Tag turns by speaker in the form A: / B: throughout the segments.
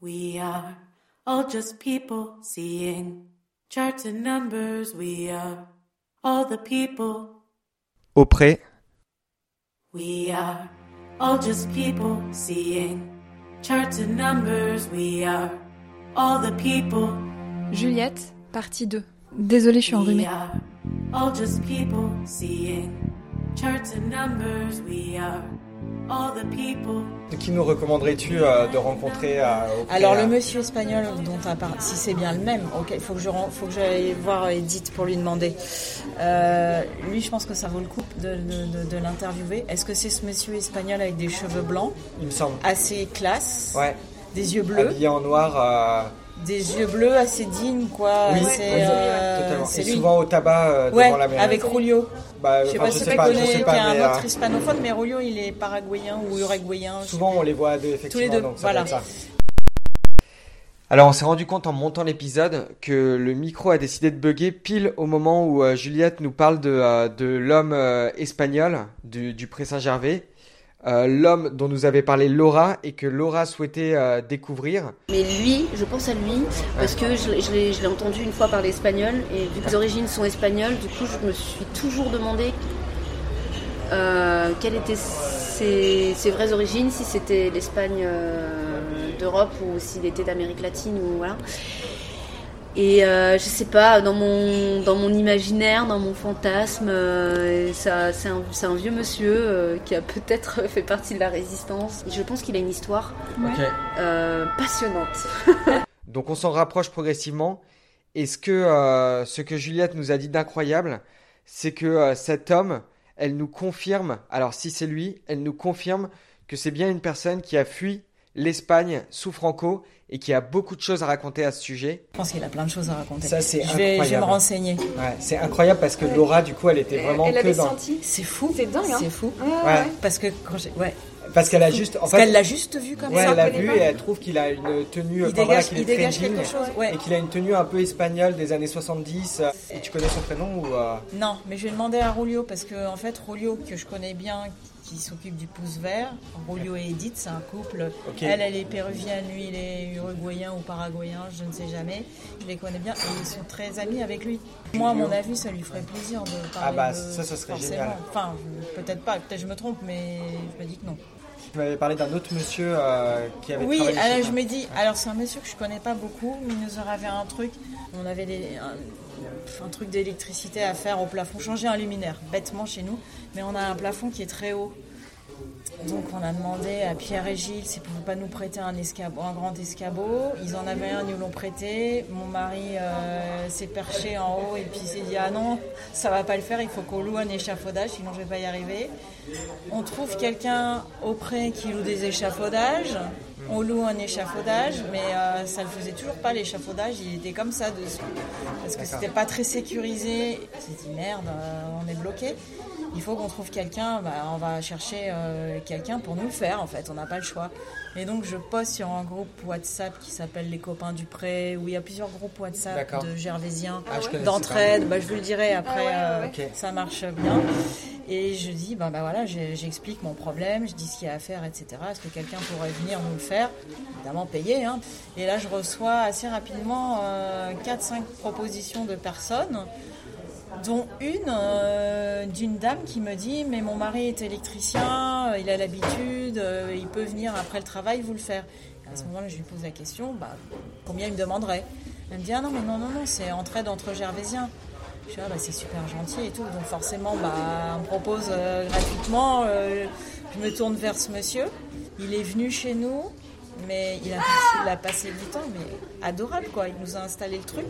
A: We are all just people seeing charts and numbers. We are all the people.
B: Auprès,
A: We are all just people seeing charts and numbers. We are all the people.
C: Juliette, partie 2. Désolée, je suis
A: We
C: enrhumée.
A: are all just people seeing charts and numbers. We are all the people.
B: qui nous recommanderais-tu euh, de rencontrer à auprès, euh,
D: Alors
B: à-
D: le monsieur espagnol dont on parle, si c'est bien le même, ok, il faut que je ren- faut que j'aille voir Edith pour lui demander. Euh, lui, je pense que ça vaut le coup de, de- de- de l'interviewer. Est-ce que c'est ce monsieur espagnol avec des cheveux blancs,
B: Il me semble.
D: assez classe,
B: Ouais.
D: des yeux bleus,
B: Habillé en noir. euh,
D: des yeux bleus assez dignes, quoi.
B: Oui,
D: assez,
B: oui,
D: Ah, euh,
B: totalement.
D: c'est
B: Et
D: lui.
B: souvent au tabac euh,
D: Ouais,
B: devant la mairie.
D: avec Rulio.
B: Bah,
D: Je sais
B: enfin,
D: pas
B: je
D: si
B: sais
D: tu
B: pas, je
D: connais,
B: sais
D: qui
B: pas,
D: est
B: mais,
D: un autre
B: euh,
D: hispanophone, mais Rulio, il est paraguayen ou uruguayen. je-
B: souvent on les voit à deux, effectivement.
D: les deux,
B: donc ça doit
D: voilà.
B: être ça. Alors on s'est rendu compte en montant l'épisode que le micro a décidé de bugger pile au moment où euh, Juliette nous parle de, euh, de l'homme euh, espagnol du, du Pré-Saint-Gervais, euh, l'homme dont nous avait parlé Laura et que Laura souhaitait euh, découvrir.
E: Mais lui, je pense à lui, parce que je, l'ai- je l'ai je l'ai entendu une fois parler espagnol, et vu que les origines sont espagnoles, du coup, je me suis toujours demandé euh, quelles étaient ses, ses vraies origines, si c'était l'Espagne euh, d'Europe ou s'il était d'Amérique latine, ou voilà. Et euh, je sais pas, dans mon, dans mon imaginaire, dans mon fantasme, euh, ça- c'est un, c'est un vieux monsieur euh, qui a peut-être fait partie de la résistance. Je pense qu'il a une histoire euh, passionnante.
B: Donc on s'en rapproche progressivement. Et ce que, euh, ce que Juliette nous a dit d'incroyable, c'est que euh, cet homme, elle nous confirme, alors si c'est lui, elle nous confirme que c'est bien une personne qui a fui l'Espagne sous Franco et qui a beaucoup de choses à raconter à ce sujet.
D: Je pense qu'il a plein de choses à raconter.
B: Ça, c'est
D: je vais, je vais me
B: incroyable.
D: renseigner.
B: Ouais, c'est incroyable parce que Laura, du coup, elle était vraiment
F: Elle
B: que
F: avait
B: dans...
F: senti.
D: C'est fou.
F: C'est dingue, hein.
D: C'est fou.
F: Ouais, ouais,
B: Ouais.
F: ouais.
D: Parce que quand j'ai. Ouais.
B: Parce qu'elle a juste... En
D: Parce qu'elle
B: fait,
D: l'a juste vu comme
B: ouais,
D: ça.
B: elle l'a
F: connaît
B: vu
F: pas.
B: et elle trouve qu'il a une tenue...
D: Il
B: enfin, voilà,
D: dégage,
B: qu'il
D: il
B: est
D: dégage
B: très
D: quelque
B: jean
D: chose. Ouais.
B: Et qu'il a une tenue un peu espagnole des années 70. Et tu connais son prénom ou... euh,
D: Non, mais je vais demander à Rolio parce que en fait, Rolio que je connais bien, qui s'occupe du pouce vert, Rolio et Edith, c'est un couple.
B: Ok.
D: Elle, elle est péruvienne, lui, il est uruguayen ou paraguayen, je ne sais jamais. Je les connais bien et ils sont très amis avec lui. Moi, à mon avis, ça lui ferait plaisir de parler.
B: Ah bah,
D: de-
B: ça, ça serait
D: forcément.
B: génial.
D: Enfin, je- peut-être pas, peut-être je me trompe, mais je me dis que non.
B: Tu m'avais parlé d'un autre monsieur euh, qui avait
D: Oui,
B: travaillé
D: alors
B: chez
D: je
B: toi.
D: me dis, alors c'est un monsieur que je connais pas beaucoup, mais il nous aurait fait un truc, on avait des- un, un truc d'électricité à faire au plafond, changer un luminaire, bêtement chez nous, mais on a un plafond qui est très haut. Donc on a demandé à Pierre et Gilles s'ils ne pouvaient pas nous prêter un, escabeau, un grand escabeau. Ils en avaient un, ils nous l'ont prêté. Mon mari euh, s'est perché en haut et puis il s'est dit ah non, ça va pas le faire, il faut qu'on loue un échafaudage, sinon je vais pas y arriver. On trouve quelqu'un auprès qui loue des échafaudages. On loue un échafaudage, mais euh, ça ne faisait toujours pas l'échafaudage. Il était comme ça dessus parce que c'était pas très sécurisé. On s'est dit merde, euh, on est bloqué. Il faut qu'on trouve quelqu'un. Bah, on va chercher euh, quelqu'un pour nous le faire. En fait, on n'a pas le choix. Et donc je poste sur un groupe WhatsApp qui s'appelle les copains du pré où il y a plusieurs groupes WhatsApp
B: D'accord.
D: de Gervaisiens
B: Ah, je connaissais
D: d'entraide, bah, je vous le dirai après,
F: Ah ouais, ouais,
B: ouais.
D: euh,
B: Ok.
D: ça marche bien. Et je dis, ben ben voilà, j'ai- j'explique mon problème, je dis ce qu'il y a à faire, etc. Est-ce que quelqu'un pourrait venir nous le faire Évidemment payer. Hein. Et là, je reçois assez rapidement 4-5 propositions de personnes dont une euh, d'une dame qui me dit mais mon mari est électricien, euh, il a l'habitude, euh, il peut venir après le travail vous le faire. Et à ce moment-là, je lui pose la question, bah, combien il me demanderait Elle me dit ah non mais non non non, c'est entraide entre Gervaisiens. Je dis ah bah c'est super gentil et tout, donc forcément bah on me propose euh, gratuitement. euh, je me tourne vers ce monsieur, il est venu chez nous. Mais il a, passé, il a passé du temps, mais adorable quoi. Il nous a installé le truc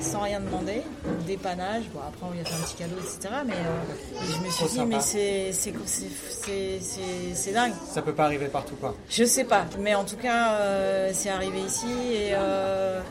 D: sans rien demander, donc dépannage. Bon, après, on lui a fait un petit cadeau, etc. Mais euh, et je me suis
B: Trop
D: dit,
B: sympa.
D: mais c'est- c'est- c'est c'est- c'est- c'est dingue.
B: Ça peut pas arriver partout, quoi.
D: Je sais pas, mais en tout cas, euh, c'est arrivé ici et euh,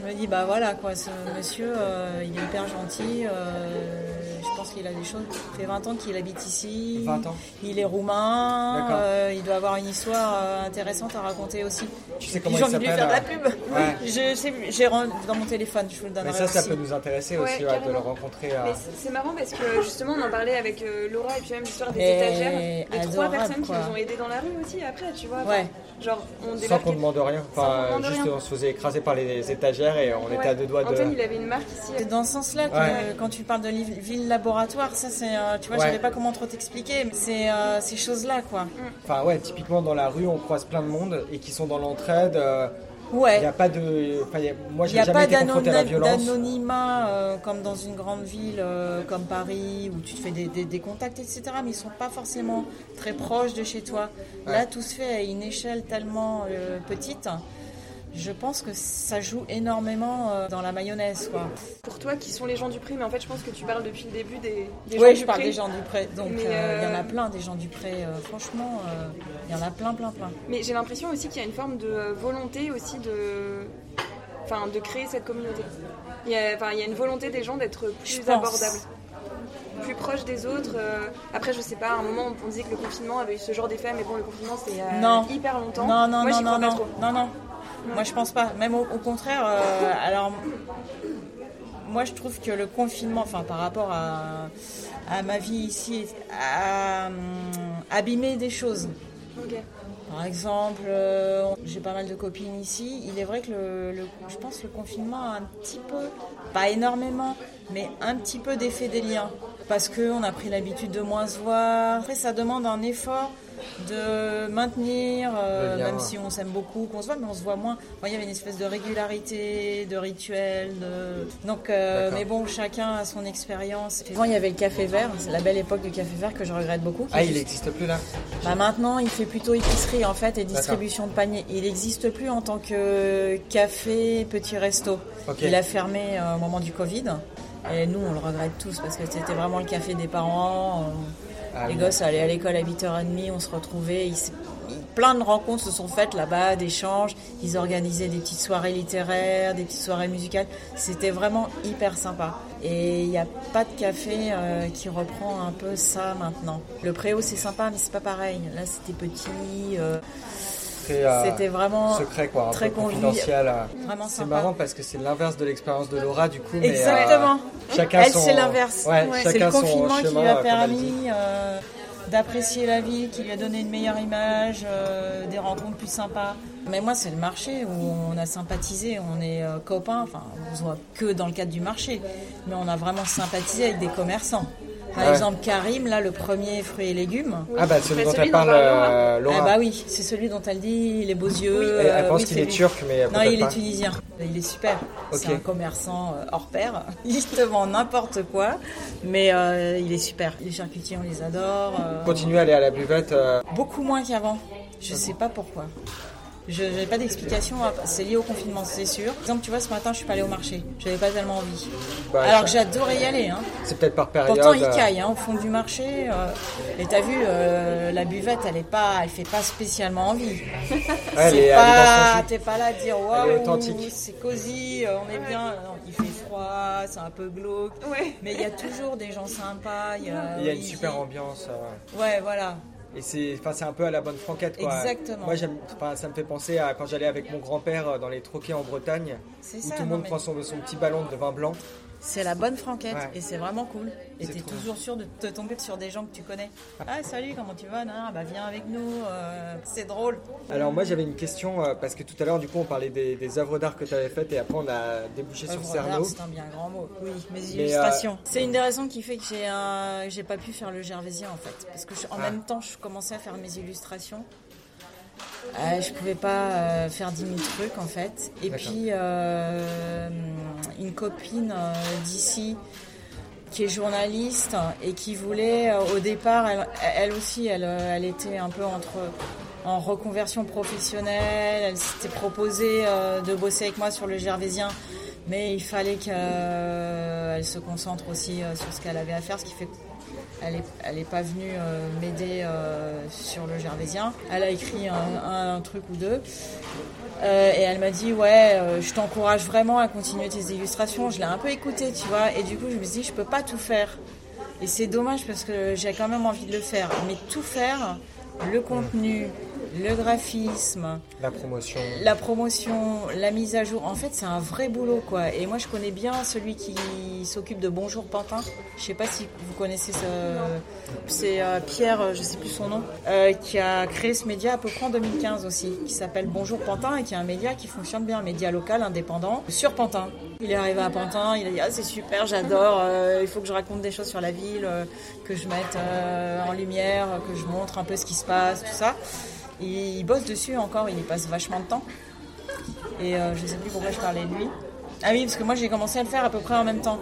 D: je me dis, bah voilà quoi, ce monsieur, euh, il est hyper gentil. euh, je pense qu'il a des choses. Ça fait 20 ans qu'il habite ici.
B: 20 ans.
D: Il est roumain.
B: D'accord.
D: euh, il doit avoir une histoire euh, intéressante à raconter aussi.
B: Tu sais
D: Puis
B: comment
D: J'ai
B: il
D: envie de lui faire de la
B: s'appelle, euh,
D: pub.
B: ouais.
D: Je sais plus, J'ai rendu dans mon téléphone. Je vous le donnerai
B: Mais ça, ça
D: aussi.
B: peut nous intéresser
F: Ouais,
B: aussi ouais, de le
F: carrément.
B: rencontrer. euh,
F: Mais c'est- c'est marrant parce que justement on en parlait avec euh, Laura et puis même l'histoire des
D: Et
F: étagères, les trois
D: adorable,
F: personnes
D: quoi.
F: qui nous ont aidés dans la rue aussi après, tu vois.
D: Ouais.
F: Enfin, Genre on
B: Sans qu'on
F: débarquait.
B: demande rien. Enfin,
F: Sans qu'on demande
B: juste
F: rien.
B: on se faisait écraser par les étagères et on était à deux doigts de.
F: Antoine il avait une marque ici.
D: C'est dans ce sens-là que
B: Ouais.
D: euh, quand tu parles de li- ville laboratoire, ça c'est, euh, tu vois,
B: Ouais.
D: je savais pas comment trop t'expliquer, mais c'est euh, ces choses-là quoi.
B: Enfin, ouais, typiquement dans la rue, on croise plein de monde et qui sont dans l'entraide. euh, Il n'y
D: Ouais.
B: a pas de. Enfin, il y a- Moi,
D: Il
B: j'ai
D: n'y a
B: jamais
D: pas
B: été
D: d'ano-
B: confronté à la violence.
D: d'anonymat euh, comme dans une grande ville euh, comme Paris où tu te fais des, des- des contacts, etc. Mais ils sont pas forcément très proches de chez toi.
B: Ouais.
D: Là, tout se fait à une échelle tellement euh, petite. Je pense que ça joue énormément euh, dans la mayonnaise, quoi.
F: Pour toi qui sont les gens du prix, mais en fait je pense que tu parles depuis le début des, des
D: Oui,
F: gens
D: je
F: du
D: parle
F: prix.
D: des gens du pré. Donc, euh,
F: Mais,
D: il y en a
F: euh,
D: plein des gens du pré. euh, franchement, euh, il y en a plein, plein, plein.
F: Mais j'ai l'impression aussi qu'il y a une forme de euh, volonté aussi de, enfin, de créer cette communauté. Il y a, enfin, il y a une volonté des gens d'être
D: Je
F: plus
D: pense.
F: abordables, plus proches des autres. euh, Après, je sais pas, à un moment on disait que le confinement avait eu ce genre d'effet, mais bon, le confinement c'était il y a
D: Non.
F: hyper longtemps.
D: Non, non,
F: Moi,
D: non,
F: j'y
D: non,
F: crois pas
D: non,
F: trop.
D: non, non. Moi, je pense pas. Même au, au contraire, euh, alors, moi, je trouve que le confinement, enfin, par rapport à, à ma vie ici, a hum, abîmé des choses.
F: Ok.
D: Par exemple, euh, on- j'ai pas mal de copines ici. Il est vrai que le, le- je pense que le confinement a un petit peu, pas énormément, mais un petit peu d'effet des liens. Parce qu'on a pris l'habitude de moins se voir. Après, ça demande un effort de maintenir, euh,
B: Le lien,
D: même
B: ouais.
D: si on s'aime beaucoup, qu'on se voit, mais on se voit moins. Enfin, Il y avait une espèce de régularité, de rituel. de- Donc, euh,
B: D'accord.
D: mais bon, chacun a son expérience. Avant, il y avait le café vert. C'est la belle époque du café vert que je regrette beaucoup.
B: Ah, il n'existe plus là.
D: Bah maintenant, il fait plutôt épicerie en fait et distribution de paniers. Il n'existe plus en tant que café, petit resto.
B: Ok.
D: Il a fermé euh, au moment du Covid. Et nous, on le regrette tous parce que c'était vraiment le café des parents. euh,
B: Ah
D: les
B: oui.
D: gosses allaient à l'école à 8h30, on se retrouvait. Ils s- ils- plein de rencontres se sont faites là-bas, d'échanges. Ils organisaient des petites soirées littéraires, des petites soirées musicales. C'était vraiment hyper sympa. Et il n'y a pas de café euh, qui reprend un peu ça maintenant. Le préau, c'est sympa, mais c'est pas pareil. Là, c'était petit. euh,
B: C'était euh,
D: c'était vraiment
B: secret, quoi. Un
D: très
B: peu
D: convivial.
B: confidentiel. euh.
D: Vraiment
B: C'est
D: sympa.
B: marrant parce que c'est l'inverse de l'expérience de Laura, du coup. mais, euh,
D: Exactement.
B: chacun
D: Elle,
B: son-
D: c'est l'inverse.
B: Ouais,
D: Ouais. C'est
B: chacun
D: le
B: son
D: confinement qui
B: chemin,
D: lui a
B: euh, comme elle dit.
D: permis euh, d'apprécier la ville, qui lui a donné une meilleure image, euh, des rencontres plus sympas. Mais moi, c'est le marché où on a sympathisé, on est euh, copains, enfin, on se voit que dans le cadre du marché, mais on a vraiment sympathisé avec des commerçants. Par
B: Ouais.
D: exemple, Karim, là, le premier fruits et légumes.
F: Oui.
B: Ah, bah, celui
F: Bah,
B: dont elle
F: dont
B: parle,
F: Laura.
B: euh, Laura.
D: Ah bah oui, c'est celui dont elle dit les beaux yeux.
B: Elle, elle
D: euh,
B: pense
D: oui,
B: qu'il
D: c'est
B: est
D: lui.
B: turc, mais
D: Non, il est
B: peut-être
D: tunisien. Il est super. C'est
B: Ok.
D: un commerçant euh, hors pair. Il te vend n'importe quoi, mais euh, il est super. Les charcutiers, on les adore. euh,
B: pas. Continue à aller à la buvette. euh,
D: Beaucoup moins qu'avant. Je sais pas pourquoi. Je n'ai pas d'explication. à- C'est lié au confinement, c'est sûr. Par exemple, tu vois, ce matin, je suis pas allée au marché. J'avais pas tellement envie.
B: bah,
D: Alors que
B: ça-
D: j'adorais y aller. Hein.
B: C'est peut-être par période.
D: Pourtant, il
B: euh,
D: caille hein, au fond du marché. euh, et t'as vu, euh, la buvette, elle est pas, elle fait pas spécialement envie.
B: ouais, elle est- elle
D: C'est
B: est
D: pas,
B: dans son jus.
D: t'es pas là à dire
B: Elle est
D: waouh,
B: authentique.
D: c'est cosy, euh, on est bien. Non, il fait froid, c'est un peu glauque.
F: Ouais.
D: Mais il y a toujours des gens sympas. Il y a,
B: Il y a une
D: oui,
B: super
D: il-
B: ambiance. euh,
D: Ouais, voilà.
B: Et c'est enfin, c'est un peu à la bonne franquette. Quoi.
D: Exactement.
B: Moi, j'aime- enfin, ça me fait penser à quand j'allais avec mon grand-père euh, dans les troquets en Bretagne,
D: C'est
B: où
D: ça.
B: tout le
D: non,
B: monde
D: mais
B: prend son, son petit ballon de vin blanc.
D: C'est la bonne franquette
B: Ouais.
D: et c'est vraiment cool. Et
B: C'est
D: t'es
B: trop
D: toujours sûr de te tomber sur des gens que tu connais. Ah salut, comment tu vas Non, bah viens avec nous. euh, c'est drôle.
B: Alors, moi, j'avais une question, euh, parce que tout à l'heure, du coup, on parlait des, des œuvres d'art que tu avais faites, et après, on a débouché sur
D: Œuvre
B: Cerno.
D: d'art, C'est un bien grand mot. Oui, mes
B: Mais, euh,
D: illustrations. C'est une des raisons qui fait que j'ai un... j'ai pas pu faire le Gervaisien en fait, parce que je- en
B: Ah.
D: même temps je commençais à faire mes illustrations. Euh, je pouvais pas euh, faire 10 000 trucs en fait. Et
B: D'accord.
D: puis euh, une copine euh, d'ici qui est journaliste et qui voulait euh, au départ, elle, elle aussi, elle, euh, elle était un peu entre en reconversion professionnelle. Elle s'était proposée euh, de bosser avec moi sur le Gervaisien, mais il fallait qu'elle se concentre aussi euh, sur ce qu'elle avait à faire, ce qui fait qu'elle n'est elle est pas venue euh, m'aider euh, sur le Gervaisien. Elle a écrit un- un truc ou deux. Euh, et elle m'a dit ouais, euh, je t'encourage vraiment à continuer tes illustrations. Je l'ai un peu écoutée, tu vois. Et du coup, je me suis dit je peux pas tout faire. Et c'est dommage parce que j'ai quand même envie de le faire. Mais tout faire, le contenu, le graphisme,
B: La promotion.
D: la promotion, la mise à jour, en fait, c'est un vrai boulot, quoi. Et moi, je connais bien celui qui s'occupe de Bonjour Pantin. Je sais pas si vous connaissez ce... C'est euh, Pierre, euh, je sais plus son nom, euh, qui a créé ce média à peu près en 2015 aussi, qui s'appelle Bonjour Pantin et qui est un média qui fonctionne bien, un média local, indépendant, sur Pantin. Il est arrivé à Pantin, il a dit Ah, c'est super, j'adore, euh, il faut que je raconte des choses sur la ville, euh, que je mette euh, en lumière, que je montre un peu ce qui se passe, tout ça. Il bosse dessus encore, il y passe vachement de temps. Et euh, je sais plus pourquoi je parlais de lui. Ah oui, parce que moi j'ai commencé à le faire à peu près en même temps.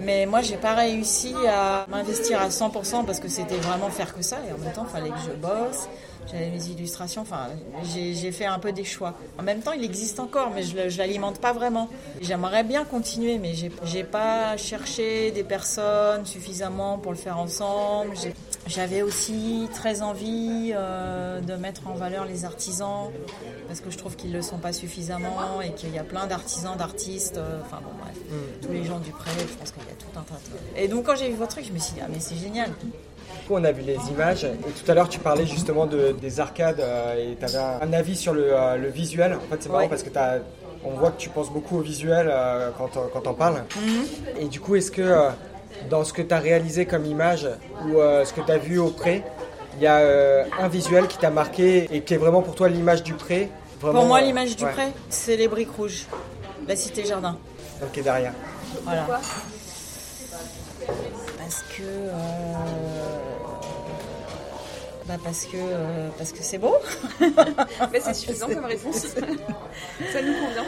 D: Mais moi j'ai pas réussi à m'investir à 100% parce que c'était vraiment faire que ça. Et en même temps, il fallait que je bosse. J'avais mes illustrations, enfin, j'ai j'ai fait un peu des choix. En même temps, il existe encore, mais je le- je l'alimente pas vraiment. J'aimerais bien continuer, mais j'ai- j'ai pas cherché des personnes suffisamment pour le faire ensemble. J'ai- J'avais aussi très envie euh, de mettre en valeur les artisans parce que je trouve qu'ils ne le sont pas suffisamment et qu'il y a plein d'artisans, d'artistes, euh, enfin bon bref, tous les gens du pré, je pense qu'il y a tout un tas de... Et donc quand j'ai vu votre truc, je me suis dit, ah mais c'est génial.
B: Du coup, on a vu les images. Et tout à l'heure, tu parlais justement de, des arcades euh, et tu avais un, un avis sur le, euh, le visuel. En fait, c'est marrant
D: Ouais.
B: parce que t'as- on voit que tu penses beaucoup au visuel euh, quand, on- quand on parle.
D: Mhm.
B: Et du coup, est-ce que euh, dans ce que tu as réalisé comme image ou euh, ce que tu as vu au pré, il y a euh, un visuel qui t'a marqué et qui est vraiment pour toi l'image du pré vraiment,
D: Pour moi,
B: euh,
D: l'image du
B: ouais,
D: pré, c'est les briques rouges, la cité jardin.
B: donc qui est derrière.
D: Voilà. Parce que. euh, Bah parce que euh, parce que c'est beau.
F: Mais c'est suffisant comme réponse. ça nous convient.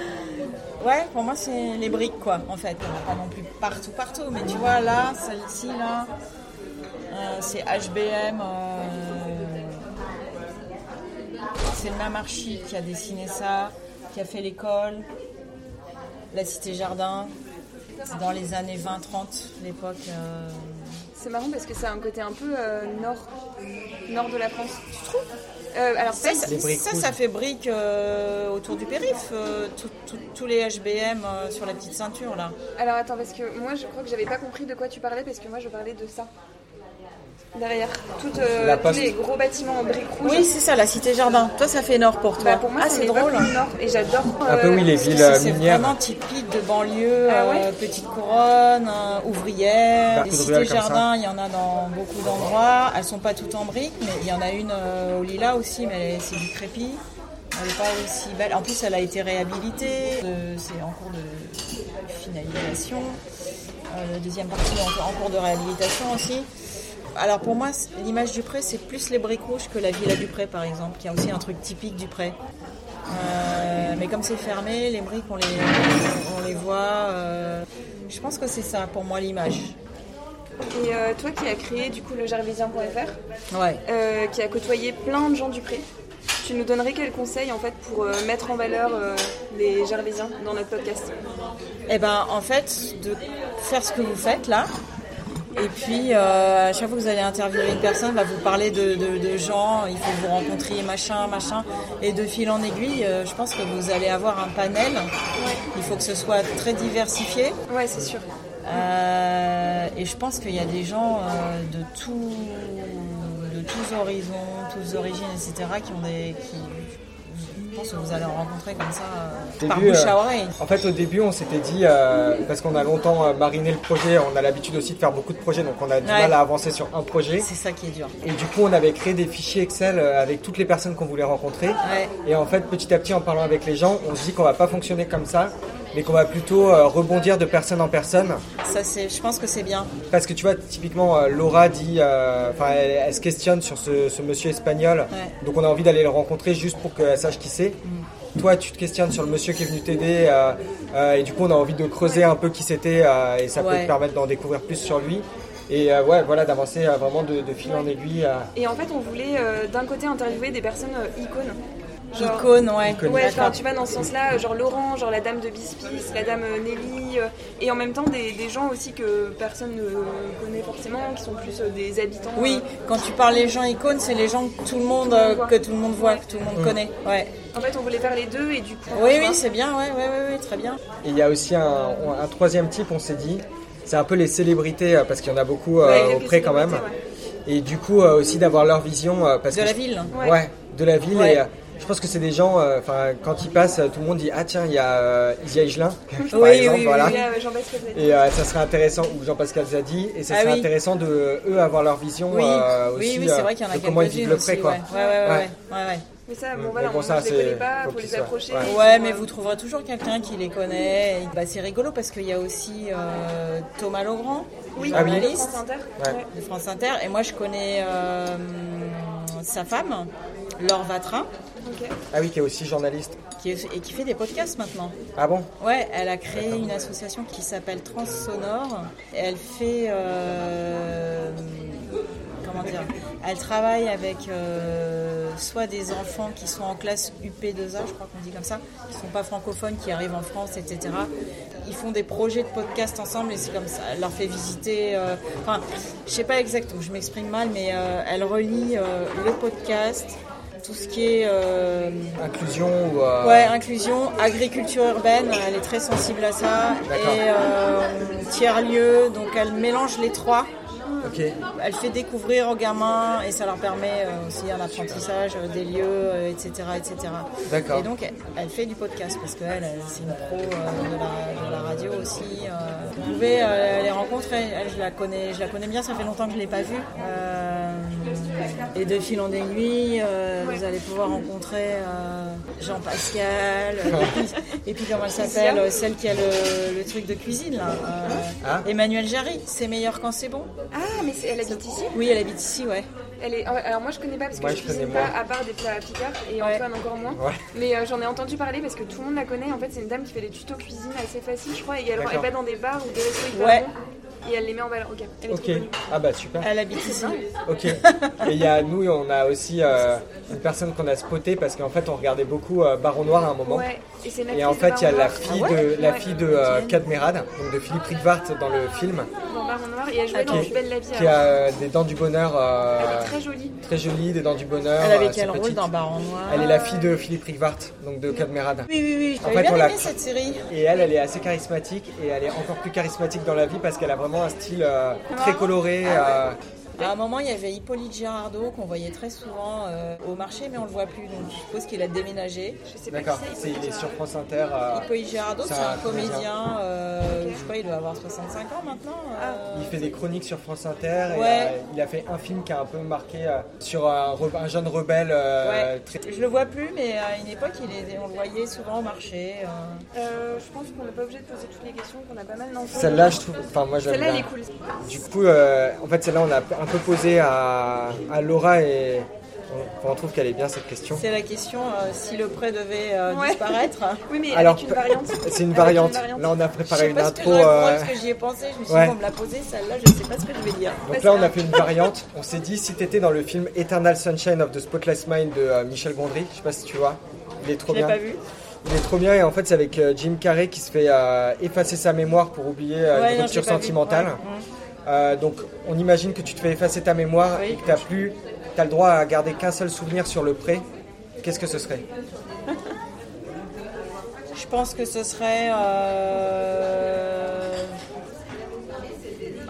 D: Ouais, pour moi, c'est les briques, quoi, en fait. Il y en a Pas non plus partout, partout, mais tu vois, là, celle-ci, là, euh, c'est HBM. euh, c'est le même archi qui a dessiné ça, qui a fait l'école, la cité jardin. C'est dans les années 20-30, l'époque. euh,
F: C'est marrant parce que ça a un côté un peu euh, nord, nord de la France. Tu trouves Euh, Alors
D: Ça,
F: peut-être.
D: ça,
B: Les briques
D: ça,
B: rouges.
D: ça fait brique euh, autour du périph', euh, tout- tout- tous les HBM euh, sur la petite ceinture, là.
F: Alors attends parce que moi je crois que j'avais pas compris de quoi tu parlais parce que moi je parlais de ça. Derrière, Toutes, euh,
B: La
F: tous
B: poste.
F: les gros bâtiments en briques rouges.
D: Oui, c'est ça, la cité jardin. Toi, ça fait nord pour toi.
F: Bah, pour moi
D: ah,
F: c'est
D: c'est drôle.
F: l'époque du nord et j'adore.
B: Un peu, oui, les
D: Parce que
B: villes
D: ça,
B: euh,
D: C'est
B: minières.
D: vraiment typique de banlieue,
F: Ah ouais
D: euh, petite couronne, euh, ouvrière,
B: Partout
D: des
B: de ruelles
D: cités
B: comme ça.
D: jardins, il y en a dans beaucoup d'endroits. Elles sont pas toutes en briques, mais il y en a une euh, au Lila aussi, mais elle est- c'est du crépi. Elle n'est pas aussi belle. En plus, elle a été réhabilitée. Euh, c'est en cours de finalisation. Euh, le deuxième parti est en, en cours de réhabilitation aussi. Alors pour moi, c'est- l'image du pré, c'est plus les briques rouges que la villa du pré, par exemple, qui a aussi un truc typique du pré. Euh, mais comme c'est fermé, les briques, on les, on les voit. euh, je pense que c'est ça pour moi l'image.
F: Et euh, toi qui as créé du coup le gervisien.fr,
D: Ouais.
F: euh, qui a côtoyé plein de gens du pré, tu nous donnerais quel conseil en fait pour euh, mettre en valeur euh, les gervésiens dans notre podcast
D: Eh ben, en fait, de faire ce que vous faites là. Et puis, euh, à chaque fois que vous allez interviewer une personne, va vous parler de, de- de gens, il faut que vous rencontriez machin, machin. Et de fil en aiguille, euh, je pense que vous allez avoir un panel. Il faut que ce soit très diversifié.
F: Ouais, c'est sûr.
D: Euh, et je pense qu'il y a des gens euh, de tout, de tous horizons, toutes origines, etc., qui ont des, qui, je pense que vous allez en rencontrer comme ça euh, par
B: Début,
D: bouche à
B: euh,
D: oreille.
B: En fait, au début, on s'était dit, euh, parce qu'on a longtemps euh, mariné le projet, on a l'habitude aussi de faire beaucoup de projets, donc on a du
D: Ouais.
B: mal à avancer sur un projet.
D: C'est ça qui est dur.
B: Et du coup, on avait créé des fichiers Excel euh, avec toutes les personnes qu'on voulait rencontrer.
D: Ouais.
B: Et en fait, petit à petit, en parlant avec les gens, on se dit qu'on va pas fonctionner comme ça, mais qu'on va plutôt euh, rebondir de personne en personne.
D: Ça, c'est, je pense que c'est bien.
B: Parce que tu vois, typiquement, euh, Laura dit, euh, enfin, elle, elle se questionne sur ce, ce monsieur espagnol,
D: Ouais.
B: donc on a envie d'aller le rencontrer juste pour qu'elle sache qui c'est. Toi, tu te questionnes sur le monsieur qui est venu t'aider, euh, euh, et du coup, on a envie de creuser un peu qui c'était, euh, et ça peut
D: Ouais.
B: te permettre d'en découvrir plus sur lui. Et euh, ouais, voilà, d'avancer euh, vraiment de, de fil en aiguille. euh,
F: Et en fait, on voulait euh, d'un côté interviewer des personnes euh, icônes. Genre-
D: Icône, ouais.
B: Icône.
F: Ouais,
D: D'accord.
F: enfin, tu vas dans ce sens-là, euh, genre Laurent, genre la dame de Bispis, la dame euh, Nelly, euh, et en même temps des, des gens aussi que personne ne connaît forcément, qui sont plus euh, des habitants.
D: Oui, quand tu parles les gens icônes, c'est les gens que tout le monde,
F: Tout le monde
D: euh,
F: voit.
D: que tout le monde voit, que tout le monde
B: Mm.
D: connaît. Ouais.
F: euh. En fait, on voulait faire les deux, et du coup.
D: Oui,
F: tu vois,
D: oui, c'est bien. Ouais, ouais, ouais, ouais, très bien.
B: Et il y a aussi un, un troisième type, on s'est dit, c'est un peu les célébrités, euh, parce qu'il y en a beaucoup euh,
F: Ouais,
B: au
F: quelques
B: pré quand même.
F: célébrités,
B: Et du coup, euh, aussi d'avoir leur vision. euh, parce
D: De
B: que
D: la
B: je-
D: ville.
B: Ouais.
F: Ouais.
B: de la ville.
D: Ouais.
B: Et euh, je pense que c'est des gens, euh, enfin, quand ils passent, euh, tout le monde dit Ah, tiens, il y a euh, Isia Higelin, par
D: Oui,
B: exemple.
D: oui, oui,
B: voilà.
F: Et là, Jean-Baptiste Cazadie.
B: Et euh, ça serait intéressant, ou Jean-Pascal Zadi, et ça
D: Ah
B: serait
D: oui.
B: intéressant de euh, eux avoir leur vision
D: Oui,
B: euh, aussi
D: oui, oui, c'est
B: euh,
D: vrai qu'il y en a
B: de comment ils
D: quelques-unes
B: vivent le prêt.
D: aussi.
B: quoi.
D: Ouais, ouais, ouais,
B: Ouais.
D: ouais, ouais, ouais.
F: Mais ça,
B: Mais
F: bon voilà,
B: bon,
F: on-
B: ça,
F: je les
B: c'est-
F: connais pas,
B: faut
F: faut,
B: qu'ils
F: les
B: soient-
F: approcher.
B: ouais.
F: ils sont,
D: Ouais, mais
F: euh,
D: vous trouverez toujours quelqu'un qui les connaît. Et, Bah, c'est rigolo parce qu'il y a aussi euh, Thomas Laurent,
F: Oui,
B: Ah oui.
F: journaliste.
B: Ouais.
F: Ouais.
D: de France Inter. Et moi, je connais euh, sa femme, Laure Vatrin,
F: Ok.
B: Ah oui, qui est aussi journaliste.
D: qui, est- et qui fait des podcasts maintenant.
B: Ah bon
D: Ouais, elle a créé une association qui s'appelle Transsonore. Et elle fait. euh, comment dire Elle travaille avec euh, soit des enfants qui sont en classe UP2A, je crois qu'on dit comme ça, qui sont pas francophones, qui arrivent en France, etc. Ils font des projets de podcast ensemble et c'est comme ça. Elle leur fait visiter. euh, Enfin, je sais pas exactement, je m'exprime mal, mais euh, elle relie euh, le podcast, tout ce qui est. euh,
B: Inclusion ou. euh,
D: Ouais, inclusion, agriculture urbaine, elle est très sensible à ça.
B: D'accord.
D: Et euh, tiers-lieu, donc elle mélange les trois.
B: Ok.
D: Elle fait découvrir aux gamins et ça leur permet euh, aussi un apprentissage euh, des lieux, euh, etc. etc.
B: D'accord.
D: Et donc elle, elle fait du podcast parce qu'elle, elle, c'est une pro euh, de, la, de la radio aussi. euh. Vous pouvez euh, les rencontrer, Elle, je, la connais, je la connais bien, ça fait longtemps que je ne l'ai pas vue. Euh, et de fil en aiguille, euh, vous allez pouvoir rencontrer euh, Jean-Pascal, euh, et puis- et puis comment elle s'appelle, euh, celle qui a le, le truc de cuisine là. euh,
B: Ah.
D: Emmanuel Jarry, c'est meilleur quand c'est bon.
F: Ah, mais c'est- elle habite ici
D: Oui, elle habite ici, ouais.
F: elle est... Alors moi je connais pas parce que
B: Moi,
F: je
B: je connais
F: cuisine pas
B: moins.
F: à part des plats à Picard et
D: Ouais.
F: Antoine encore moins.
B: Ouais.
F: Mais euh, j'en ai entendu parler parce que tout le monde la connaît. En fait, c'est une dame qui fait des tutos cuisine assez faciles, je crois. Et elle,
B: D'accord.
F: elle va dans des bars ou des restos hyper
D: Ouais.
F: bons et elle les met en valeur. Ok, elle est
B: Ok.
F: trop connue.
B: Ah bah super.
D: Elle habite ici.
B: Ok. Et il y a nous, on a aussi euh, une personne qu'on a spottée parce qu'en fait, on regardait beaucoup euh, Baron Noir à un moment.
F: Ouais, et c'est une
B: Et
F: actrice
B: en
F: de
B: fait, il y a
F: Baron
B: la
F: Noir.
B: fille
F: Ah ouais
B: de la
F: Ouais,
B: fille de euh, Kad Merad, donc de Philippe Rigvart dans le film,
F: dans Baron Noir et elle jouait dans
B: qui,
F: Plus belle la vie.
B: qui
F: alors.
B: a euh, des dents du bonheur euh,
F: Elle est très jolie.
B: très jolies, des dents du bonheur.
D: Elle avait
B: euh,
D: quel
B: c'est
D: rôle
B: petite.
D: dans Baron Noir
B: Elle est la fille de Philippe Rigvart, donc de Kad Merad.
D: Oui, oui, oui.
B: En
D: J'avais
B: fait,
D: bien
B: on l'a-
D: aimé cette série.
B: Et elle, elle est assez charismatique et elle est encore plus charismatique dans la vie parce qu'elle a vraiment un style euh,
F: Ah
B: très coloré. euh,
D: À un moment, il y avait Hippolyte Girardot qu'on voyait très souvent euh, au marché, mais on le voit plus. Donc, je suppose qu'il a déménagé.
F: Je sais pas
B: D'accord,
F: qui
B: c'est
F: c'est.
B: il est sur France Inter. euh,
D: Hippolyte Girardot,
B: Ça,
D: c'est un
B: c'est
D: comédien. euh,
F: Ok.
D: Je sais pas, il doit avoir 65 ans maintenant. euh,
B: Il fait des chroniques sur France Inter et
D: Ouais.
B: euh, il a fait un film qui a un peu marqué euh, sur un, re- un jeune rebelle euh,
D: Ouais.
B: très-
D: Je le vois plus, mais à une époque, il est- on le voyait souvent au marché. euh.
F: Euh, je pense qu'on n'est pas obligé de poser toutes les questions, qu'on a pas mal d'infos.
B: Celle-là, je trouve. Enfin, moi, je l'aime
F: Celle-là, elle est
B: bien.
F: cool.
B: Du coup, euh, en fait, celle-là, on a un peu posé à, à Laura et on- enfin, on, trouve qu'elle est bien cette question.
D: C'est la question euh, si le prêt devait euh,
F: Ouais.
D: disparaître.
F: Oui, mais
B: Alors,
F: avec une variante.
B: C'est une
F: Avec
B: variante.
F: une variante.
B: Là, on a
D: Je
B: préparé
D: sais
B: une
D: pas ce que je
B: intro.
D: réponds
B: euh,
D: parce que j'y ai pensé. Je me suis
B: ouais.
D: dit, on me l'a posé celle-là, je sais pas ce que je vais dire.
B: Donc là, on a fait une variante. On s'est dit, si t'étais dans le film Eternal Sunshine of the Spotless Mind de euh, Michel Gondry, je sais pas si tu vois. Il est trop
D: Je l'ai
B: bien.
D: pas vu.
B: Il est trop bien et en fait c'est avec euh, Jim Carrey qui se fait euh, effacer sa mémoire pour oublier euh,
D: Ouais,
B: une
D: non,
B: rupture
D: je l'ai pas vu.
B: sentimentale.
D: Ouais.
B: Euh, donc on imagine que tu te fais effacer ta mémoire
D: Oui.
B: et que t'as plus, t'as le droit à garder qu'un seul souvenir sur le prêt. Qu'est-ce que ce serait
D: Je pense que ce serait euh,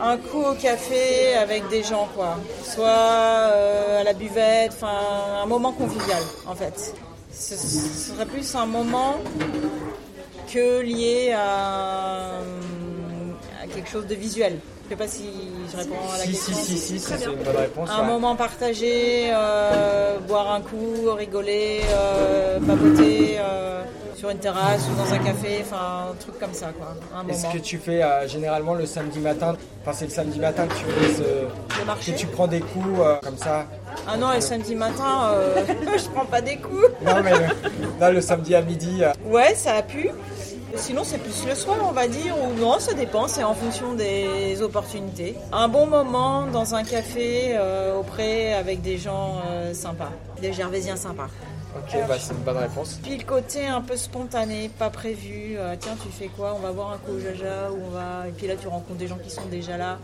D: un coup au café avec des gens, quoi. Soit euh, à la buvette, enfin un moment convivial, en fait. Ce, ce serait plus un moment que lié à, à quelque chose de visuel. Je sais pas si je réponds à la
B: Si si
D: question.
B: si si, ça, c'est une bonne réponse.
D: Un
B: ouais.
D: moment partagé, euh, boire un coup, rigoler, euh, papoter euh, sur une terrasse ou dans un café, enfin un truc comme ça quoi. Un
B: Est-ce
D: moment.
B: que tu fais euh, généralement le samedi matin Enfin c'est le samedi matin que tu fais ce-
D: Le marché
B: que tu prends des coups euh, comme ça.
D: Ah non, et samedi matin, euh, je prends pas des coups.
B: Non mais le, non, le samedi à midi. euh,
D: Ouais, ça a pu. Sinon, c'est plus le soir, on va dire, ou non, ça dépend, c'est en fonction des opportunités. Un bon moment dans un café euh, au pré avec des gens euh, sympas, des Gervaisiens sympas.
B: Ok bah c'est une bonne réponse.
D: Puis le côté un peu spontané, pas prévu. euh, tiens, tu fais quoi On va voir un coup au jaja ou on va. Et puis là, tu rencontres des gens qui sont déjà là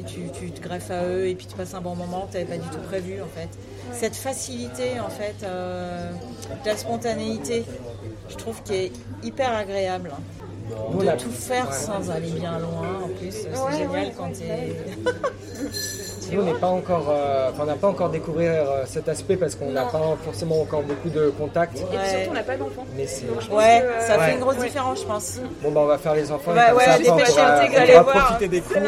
D: et tu, tu te greffes à eux et puis tu passes un bon moment que tu n'avais pas du tout prévu en fait. Cette facilité en fait, euh, de la spontanéité, je trouve qui est hyper agréable.
B: Nous, on
D: de
B: a-
D: tout faire sans aller bien loin. En plus, c'est
F: Ouais,
D: génial
F: ouais,
D: quand
F: ouais,
D: t'es.
B: Nous, on n'est pas encore, euh, enfin, on n'a pas encore découvert euh, cet aspect parce qu'on n'a
F: Non.
B: pas forcément encore beaucoup de contacts.
F: Et puis
D: Ouais.
F: surtout, on n'a pas d'enfant.
B: Mais c'est-
F: Donc, je pense
D: Ouais,
F: que, euh,
D: ça
B: Ouais.
D: fait une grosse
F: Ouais.
D: différence, je pense.
B: Bon, bah, on va faire les enfants.
D: Bah
B: et comme
D: ouais,
B: ça,
D: je
B: après, on
D: dépêche
B: pourra-
D: Intégrer,
B: on
D: allez
B: pourra
D: voir.
B: profiter des coups.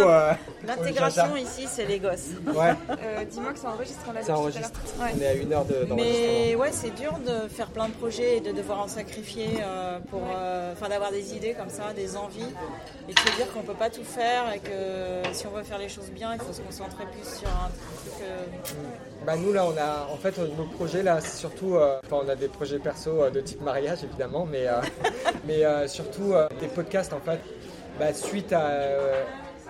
D: L'intégration ici, c'est les gosses.
B: euh, ouais,
F: euh, Dis-moi que ça enregistre
B: ça
F: là. depuis tout à
B: enregistre.
F: l'heure. Ouais.
B: On est à une heure de- d'enregistrement.
D: Mais ouais, c'est dur de faire plein de projets et de devoir en sacrifier euh, pour, euh, enfin, d'avoir des idées comme ça, des envies, et de se dire qu'on peut pas tout faire et que si on veut faire les choses bien, il faut se concentrer plus sur un truc. euh,
B: Bah nous là on a en fait nos projets là c'est surtout euh, enfin, on a des projets perso euh, de type mariage évidemment mais euh, mais euh, surtout euh, des podcasts en fait Bah, suite à euh,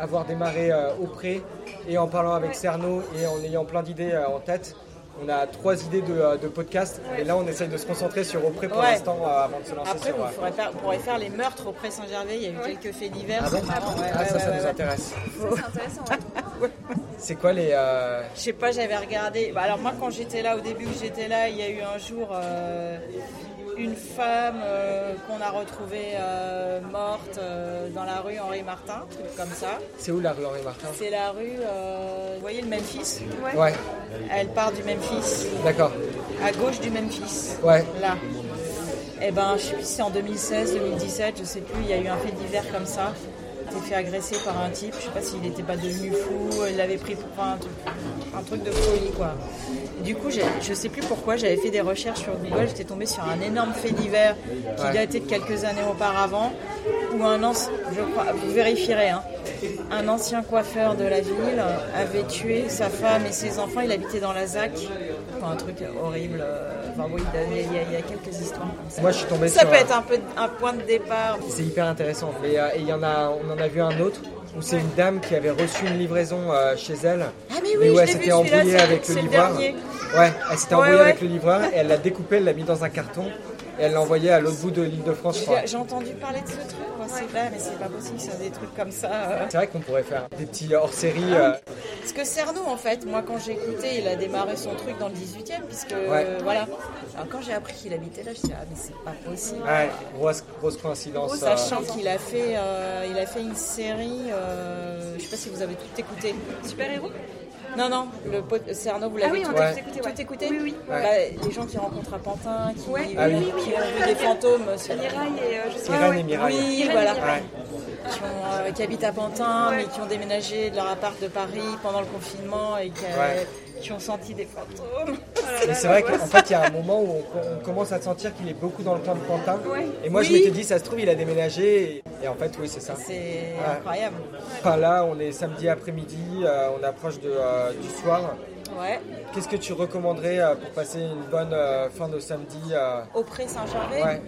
B: avoir démarré euh, au pré et en parlant avec Cerno et en ayant plein d'idées euh, en tête on a trois idées de, euh, de podcasts et là on essaye de se concentrer sur au pré pour
D: Ouais.
B: l'instant euh, avant de se lancer
D: Après,
B: sur
D: vous
B: euh,
D: pourrez faire, pourrez faire les meurtres au Pré-Saint-Gervais. Il y a eu quelques faits divers.
B: Ah bon
D: Ouais, ouais,
B: Ah, ça
D: ouais,
B: ça
D: ouais,
B: nous
D: ouais.
B: intéresse
F: Ça, C'est intéressant. ouais.
B: c'est quoi les euh,
D: Je sais pas, j'avais regardé. Bah, alors moi, quand j'étais là, au début que j'étais là, il y a eu un jour euh, une femme euh, qu'on a retrouvée euh, morte euh, dans la rue Henri Martin, truc comme ça.
B: c'est où la rue Henri Martin
D: C'est la rue, euh, vous voyez le Memphis
B: ouais
D: Elle part du Memphis,
B: d'accord
D: à gauche du Memphis.
B: ouais
D: Là. Et ben, je sais plus si c'est en 2016, 2017, je sais plus, il y a eu un fait divers comme ça. Il s'est fait agresser par un type, je sais pas s'il n'était pas devenu fou, il l'avait pris pour un truc, un truc de folie quoi. Du coup, j'ai- je sais plus pourquoi, j'avais fait des recherches sur Google, j'étais tombée sur un énorme fait divers qui
B: Ouais.
D: datait de quelques années auparavant, où un ancien, je crois, vous vérifierez, hein, un ancien coiffeur de la ville avait tué sa femme et ses enfants, il habitait dans la ZAC, Enfin, un truc horrible, euh, enfin oui, il y, a- il y a- il y a quelques histoires comme ça.
B: moi je suis tombé
D: Ça
B: sur euh,
D: peut être un peu un point de départ.
B: C'est hyper intéressant. Mais euh, et il y en a, on en a vu un autre où c'est une dame qui avait reçu une livraison euh, chez elle.
D: Ah mais oui,
B: mais
D: je
B: où
D: l'ai
B: elle
D: vu,
B: s'était
D: celui-là,
B: embrouillée
D: c'est-
B: avec le
D: c'est le
B: livreur.
D: dernier.
B: ouais, elle s'était
D: Ouais,
B: embrouillée
D: ouais.
B: avec le livreur et elle l'a découpé, elle l'a mis dans un carton et elle l'a envoyé à l'autre bout de l'île de France. je crois.
D: J'ai j'ai entendu parler de ce truc, moi, c'est là, mais c'est pas possible que ça des trucs comme ça. euh.
B: C'est vrai qu'on pourrait faire des petits hors-série. euh,
D: Ah Parce que Cerno, en fait, moi quand j'ai écouté, il a démarré son truc dans le 18 e puisque euh, voilà. Alors, quand j'ai appris qu'il habitait là, je me suis dit, ah mais c'est pas possible.
B: euh, ouais, grosse, grosse coïncidence. euh,
D: Oh, Sachant qu'il a fait, euh, il a fait une série, euh, je sais pas si vous avez tout écouté.
F: Super héros
D: Non non, le pot- Cerno, vous
F: Ah
D: l'avez
F: oui,
D: tout
F: on
B: Ouais.
F: t'a tous écouté. ouais.
D: Tout écouté
F: Oui, oui.
D: Bah, les gens qui rencontrent à Pantin, qui,
F: Ouais.
B: Ah oui.
D: qui ont vu des fantômes. c'est-
F: Mirail et euh, je sais
B: Irène
F: pas.
B: et
F: ouais.
B: Mirail.
D: Oui,
F: Irène
D: voilà.
F: et Mirail.
D: Qui, ont, euh, qui habitent à Pantin,
F: Ouais.
D: mais qui ont déménagé de leur appart de Paris pendant le confinement et qui, euh,
B: Ouais.
D: qui ont senti des fantômes.
F: Oh là là,
B: Mais c'est vrai
F: l'angoisse.
B: qu'en fait, il y a un moment où on, on commence à sentir qu'il est beaucoup dans le coin de Pantin.
F: Ouais.
B: Et moi, je
D: Oui.
B: m'étais dit, ça se trouve, il a déménagé. Et, et en fait, oui, c'est ça.
D: C'est incroyable.
B: Enfin, là, on est samedi après-midi, euh, on approche de, euh, du soir.
D: Ouais.
B: Qu'est-ce que tu recommanderais euh, pour passer une bonne euh, fin de samedi euh,
D: Auprès Saint-Gervais,
B: Ouais,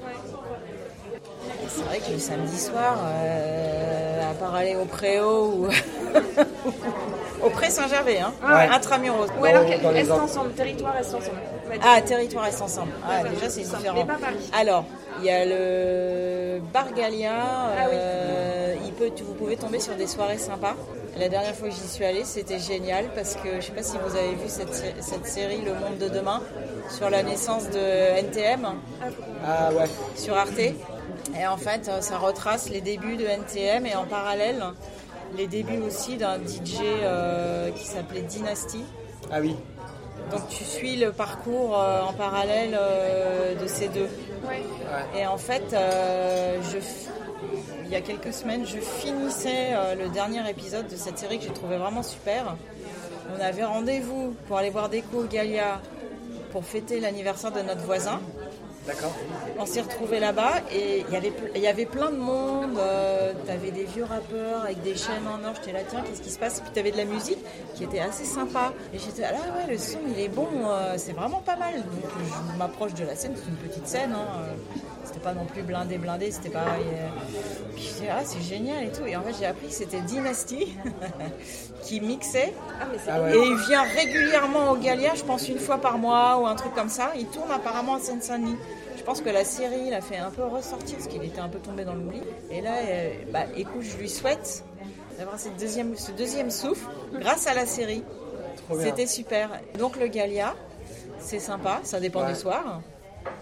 D: c'est vrai que le samedi soir, euh, à part aller au préau ou. au pré Saint-Gervais, hein.
B: Ouais.
D: Intramuros.
F: Ou alors,
B: Dans-
F: qu'elle
B: dans les
F: reste
B: ordres.
F: ensemble, territoire reste ensemble. on va dire.
D: Ah, territoire est ensemble. Ah,
F: ça,
D: déjà,
F: c'est
D: c'est
F: simple.
D: différent.
F: Mais pas Paris.
D: Alors, il y a le Bargalia. euh, il peut, tu- vous pouvez tomber sur des soirées sympas. La dernière fois que j'y suis allée, c'était génial parce que je ne sais pas si vous avez vu cette, sé- cette série Le Monde de Demain sur la naissance de NTM
B: Ah ouais,
D: sur Arte. Et en fait, euh, ça retrace les débuts de NTM et en parallèle, les débuts aussi d'un DJ euh, qui s'appelait Dynasty.
B: ah oui.
D: Donc tu suis le parcours euh, en parallèle euh, de ces deux. Et en fait, euh, je f- il y a quelques semaines, je finissais euh, le dernier épisode de cette série que j'ai trouvé vraiment super. On avait rendez-vous pour aller voir Déco au Galia pour fêter l'anniversaire de notre voisin.
B: D'accord.
D: On s'est retrouvés là-bas et il y avait ple- il y avait plein de monde. euh, t'avais des vieux rappeurs avec des chaînes en or. J'étais là, tiens, qu'est-ce qui se passe Puis t'avais de la musique qui était assez sympa. Et j'étais là, ah ouais, le son il est bon, euh, c'est vraiment pas mal. Donc je m'approche de la scène, c'est une petite scène. hein, euh, c'était pas non plus blindé, blindé, c'était pas. et, euh, Puis j'étais ah c'est génial et tout. Et en fait j'ai appris que c'était Dynasty qui mixait
F: Ah, mais c'est
B: Ah ouais.
D: et il vient régulièrement au Galia, je pense une fois par mois ou un truc comme ça. Il tourne apparemment à Seine-Saint-Denis. Je pense que la série l'a fait un peu ressortir parce qu'il était un peu tombé dans l'oubli. Et là, euh, bah, écoute, je lui souhaite d'avoir cette deuxième, ce deuxième souffle grâce à la série.
B: Trop bien.
D: C'était super. Donc le Galia, c'est sympa, ça dépend
B: Ouais.
D: du soir.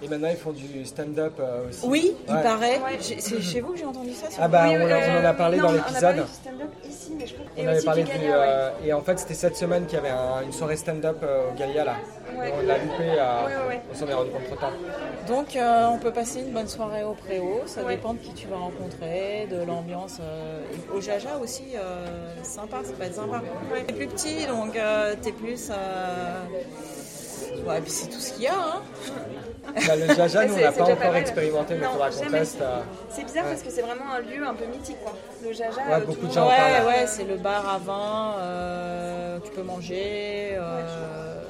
B: Et maintenant, ils font du stand-up euh, aussi.
D: Oui, il
B: Ouais.
D: paraît. J'ai- C'est chez vous que j'ai entendu ça sur
B: Ah bah,
G: Oui,
B: on,
G: euh,
B: on en a parlé
G: non,
B: dans
G: on a parlé
B: l'épisode.
G: du stand-up ici, mais je crois-
B: On
G: et
B: avait
G: aussi
B: parlé
G: du
B: du.
G: Galia, ouais.
B: euh, Et en fait, c'était cette semaine qu'il y avait un- une soirée stand-up euh, au Galia là.
G: Ouais.
B: Et On l'a loupé, euh,
G: Ouais, ouais, ouais.
B: on s'en est rendu compte trop tard.
D: Donc euh, on peut passer une bonne soirée au préau, ça
G: Ouais.
D: dépend de qui tu vas rencontrer, de l'ambiance. euh, et au Jaja aussi, euh, sympa, ça peut être sympa. T'es plus petit, donc euh, t'es plus... euh, Ouais, et puis c'est tout ce qu'il y a. Hein.
B: Bah, le Jaja,
G: Ouais,
B: nous, on
G: c'est-
B: l'a
G: c'est déjà
B: pas encore
G: pas mal.
B: expérimenté, mais il
G: Non,
B: faudra qu'on
G: jamais.
B: teste. euh,
G: C'est bizarre parce que c'est vraiment un lieu un peu mythique, quoi. Le Jaja.
B: Ouais,
G: euh, tout
B: beaucoup
G: le
B: de
G: monde-
B: gens en
D: ouais,
B: parlent.
D: ouais, c'est le bar à vin, euh, tu peux manger. euh,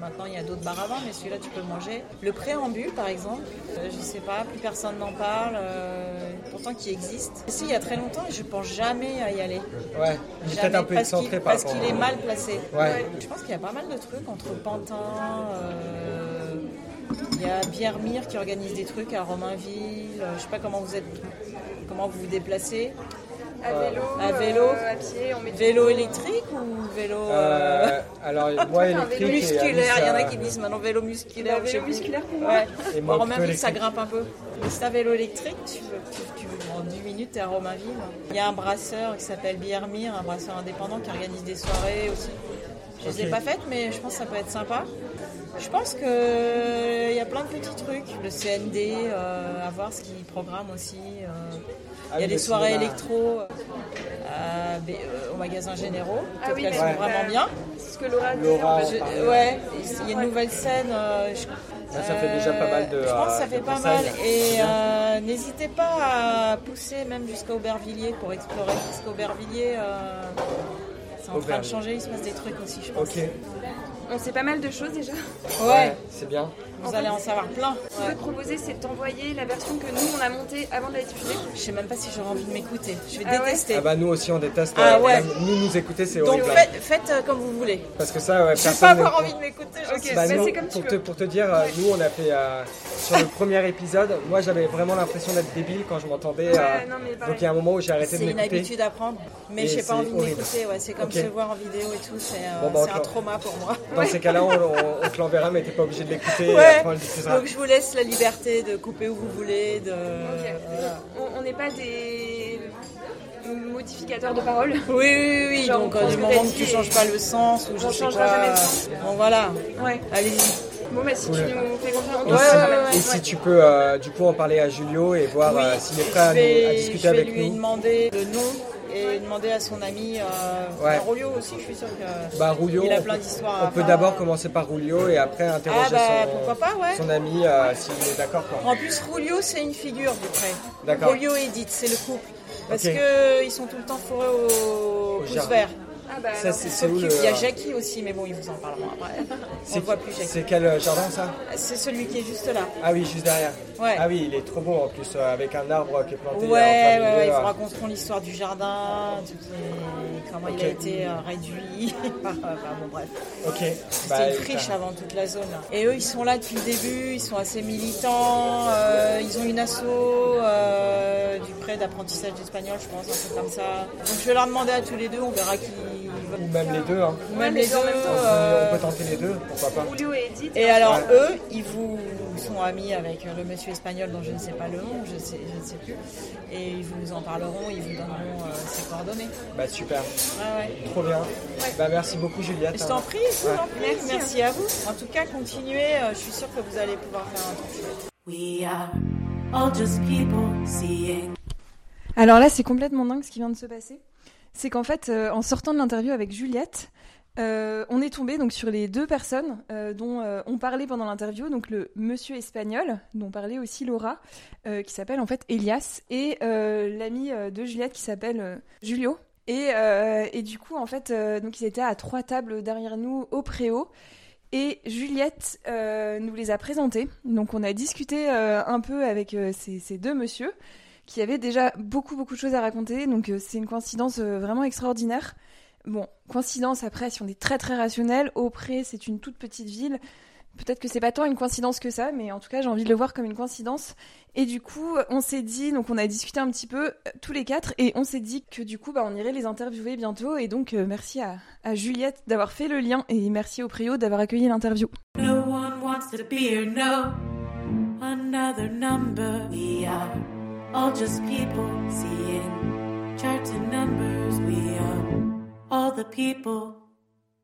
D: maintenant, il y a d'autres bars à vin, mais celui-là, tu peux manger. Le préambule, par exemple, euh, je sais pas, plus personne n'en parle, euh, pourtant qui existe. Si, il y a très longtemps, et je pense jamais à y aller.
B: Ouais, il est
D: Jamais,
B: peut-être un peu
D: parce qu'il-
B: excentré par
D: Parce
B: rapport
D: qu'il est
B: à-
D: mal placé.
B: Ouais.
D: Je pense qu'il y a pas mal de trucs entre Pantin. euh, Il y a Pierre Mire qui organise des trucs à Romainville. euh, Je sais pas comment vous êtes, comment vous vous déplacez.
G: À vélo.
D: À vélo.
G: euh, à pied, on met
D: Vélo électrique ou vélo euh,
B: Euh, alors, moi,
G: un vélo
B: électrique. et
D: musculaire Il y en a
B: Alice, euh,
D: qui disent maintenant vélo
G: Le
D: musculaire. je sais
G: vélo
D: plus.
G: musculaire pour moi.
D: Ouais.
B: Et
D: Et
B: moi, plutôt
D: Romainville, ça
B: électrique.
D: grimpe un peu. Mais c'est un vélo électrique, tu veux, tu, tu veux en 10 minutes, t'es à Romainville. Il y a un brasseur qui s'appelle Biermire, un brasseur indépendant qui organise des soirées aussi. Je ne les ai
B: Ok.
D: pas faites, mais je pense que ça peut être sympa. Je pense qu'il y a plein de petits trucs. Le CND, euh, à voir ce qu'ils programment aussi. euh.
B: Ah
D: Il y
B: oui,
D: a des
B: le
D: soirées
B: cinéma.
D: électro euh, à B- euh, au magasin Généraux.
G: Ah oui,
D: elles
G: mais
D: sont
G: euh,
D: vraiment bien.
G: C'est ce que Laura dit.
B: Laura,
G: en fait.
B: on
D: Je- euh,
B: parlait.
D: ouais, il y a une nouvelle scène. euh, je-
B: Ah, Ça, ça fait déjà pas mal de,
D: Je pense que
B: euh,
D: ça
B: de
D: fait pas
B: conseils.
D: mal. Et euh, n'hésitez pas à pousser même jusqu'à Aubervilliers pour explorer. Parce qu'Aubervilliers, euh, c'est en train de
B: Aubervilliers.
D: changer. Il se passe des trucs aussi, je pense.
B: Ok,
G: On sait pas mal de choses déjà.
D: Ouais,
B: ouais, c'est bien.
D: vous allez en savoir plein.
G: Ce que je peux te proposer, c'est de t'envoyer la version que nous on a montée avant de la diffuser.
D: Je sais même pas si j'aurais envie de m'écouter. Je vais
G: Ah ouais
D: détester.
B: Ah bah nous aussi on déteste.
D: Ah
B: euh,
D: ouais.
B: Nous nous écouter c'est
D: Donc
B: horrible. hein.
D: faites, faites, euh, comme vous voulez.
B: Parce que ça, ouais,
D: Je vais
B: personne
D: pas
B: ne-
D: avoir envie de m'écouter. j'en
G: Ok.
D: suis
B: Bah,
G: Bah,
B: nous,
G: c'est comme tu
B: pour, te,
G: veux.
B: pour te dire, euh, nous on a fait euh, sur le premier épisode, moi j'avais vraiment l'impression d'être débile quand je m'entendais. euh,
G: Ouais, non, mais pareil.
B: donc il y a un moment où j'ai arrêté de
D: C'est une
B: m'écouter.
D: habitude à prendre, mais
B: Et
D: j'ai
B: c'est
D: pas envie de
B: horrible.
D: m'écouter. Ouais, c'est comme
B: Ok.
D: se voir en vidéo et tout, c'est euh,
B: Bon, bah,
D: c'est
B: on
D: un
B: te-
D: trauma pour moi.
B: Dans ces cas-là, on, on- on te l'enverra, mais t'es pas obligé de l'écouter. et
D: Ouais.
B: après, on le diffusera.
D: Donc je vous laisse la liberté de couper où vous voulez. De... euh,
G: Ok.
D: Voilà.
G: On on n'est pas des modificateurs de parole.
D: Oui, oui, oui, oui.
G: Genre,
D: donc
G: on
D: euh,
G: prend ce
D: du
G: que
D: moment
G: t'as
D: que tu
G: dit
D: changes
G: et-
D: pas le sens ou je
G: On
D: sais
G: changera
D: pas.
G: jamais le sens.
D: Bon voilà,
G: Ouais.
D: allez-y.
G: Bon bah si
B: Oula.
G: tu nous fais confiance, on
B: Et,
G: te
B: si,
G: fera quand même.
B: et si tu peux euh, du coup en parler à Julio et voir
D: Oui,
B: euh, s'il est prêt
D: je
B: à, nous- à
D: vais, je
B: discuter
D: vais
B: avec
D: lui
B: nous.
D: demander le nom et demander à son ami euh,
B: Ouais.
D: Rolio aussi, je suis sûre que
B: Bah, Rulio,
D: il a
B: on
D: plein
B: peut-
D: d'histoires. à
B: On peut
D: faire. euh.
B: d'abord commencer par Rulio et après interroger
D: Ah, bah,
B: son,
D: pourquoi pas, ouais.
B: son ami euh, s'il est d'accord. quoi.
D: En plus, Rulio, c'est une figure du prêt.
B: D'accord.
D: Rulio et Edith, c'est le couple. Parce
B: Ok.
D: que ils sont tout le temps fourrés au,
B: Au
D: pouce
B: jardin.
D: vert.
G: Ah bah
B: Ça,
G: alors,
B: c'est c'est où le.
D: Il y a Jackie aussi, mais bon, ils vous en parleront après. On
B: C'est-
D: ne voit plus Jackie.
B: C'est quel euh, jardin ça
D: C'est celui qui est juste là.
B: Ah oui, juste derrière.
D: Ouais.
B: Ah oui, il est trop beau en plus, euh, avec un arbre qui est planté.
D: Ouais,
B: en plein
D: ouais,
B: milieu,
D: ouais, ils
B: euh.
D: vous raconteront l'histoire du jardin, tout ce qui est- comment il a
B: Ok.
D: été euh, réduit. Enfin, bon, bref.
B: Ok.
D: C'était
B: Bah,
D: une friche
B: ça-
D: avant toute la zone. là. Et eux, ils sont là depuis le début, ils sont assez militants, euh, ils ont une asso euh, du prêt d'apprentissage d'espagnol, je pense, un truc comme ça. Donc je vais leur demander à tous les deux, on verra qui
B: Ou
D: veulent.
B: même les deux. Hein.
D: Même
G: mais
D: les deux.
G: deux en même temps.
D: euh,
B: On peut tenter les deux, pourquoi pas.
G: Julio et Edith.
D: Et alors eux, ils vous sont amis avec le monsieur espagnol dont je ne sais pas le nom, je, sais, je ne sais plus, et ils vous en parleront, ils vous donneront euh, ses coordonnées.
B: Bah super,
D: Ouais, ouais.
B: trop bien. Bah merci beaucoup Juliette.
D: Je t'en prie, je vous en prie. Merci, à vous. En tout cas, continuez, euh, je suis sûre que vous allez pouvoir faire un truc.
A: We are all just people seeing.
F: Alors là, c'est complètement dingue ce qui vient de se passer. C'est qu'en fait, euh, en sortant de l'interview avec Juliette, euh, on est tombé donc sur les deux personnes euh, dont euh, on parlait pendant l'interview, donc le monsieur espagnol dont parlait aussi Laura, euh, qui s'appelle en fait Elias, et euh, l'ami euh, de Juliette qui s'appelle euh, Julio. Et, euh, et du coup, en fait, euh, donc ils étaient à trois tables derrière nous au préau. Et Juliette euh, nous les a présentés. Donc on a discuté euh, un peu avec euh, ces- ces deux messieurs qui avait déjà beaucoup beaucoup de choses à raconter. Donc euh, c'est une coïncidence euh, vraiment extraordinaire. Bon, coïncidence après, si on est très très rationnel, Auprès c'est une toute petite ville. Peut-être que c'est pas tant une coïncidence que ça, mais en tout cas j'ai envie de le voir comme une coïncidence. Et du coup, on s'est dit, donc on a discuté un petit peu euh, tous les quatre, et on s'est dit que du coup, bah, on irait les interviewer bientôt. Et donc euh, merci à, à Juliette d'avoir fait le lien, et merci au Préau d'avoir accueilli l'interview.
A: No one wants to be here, no. another number. We are all just people seeing charts and numbers. We are all the people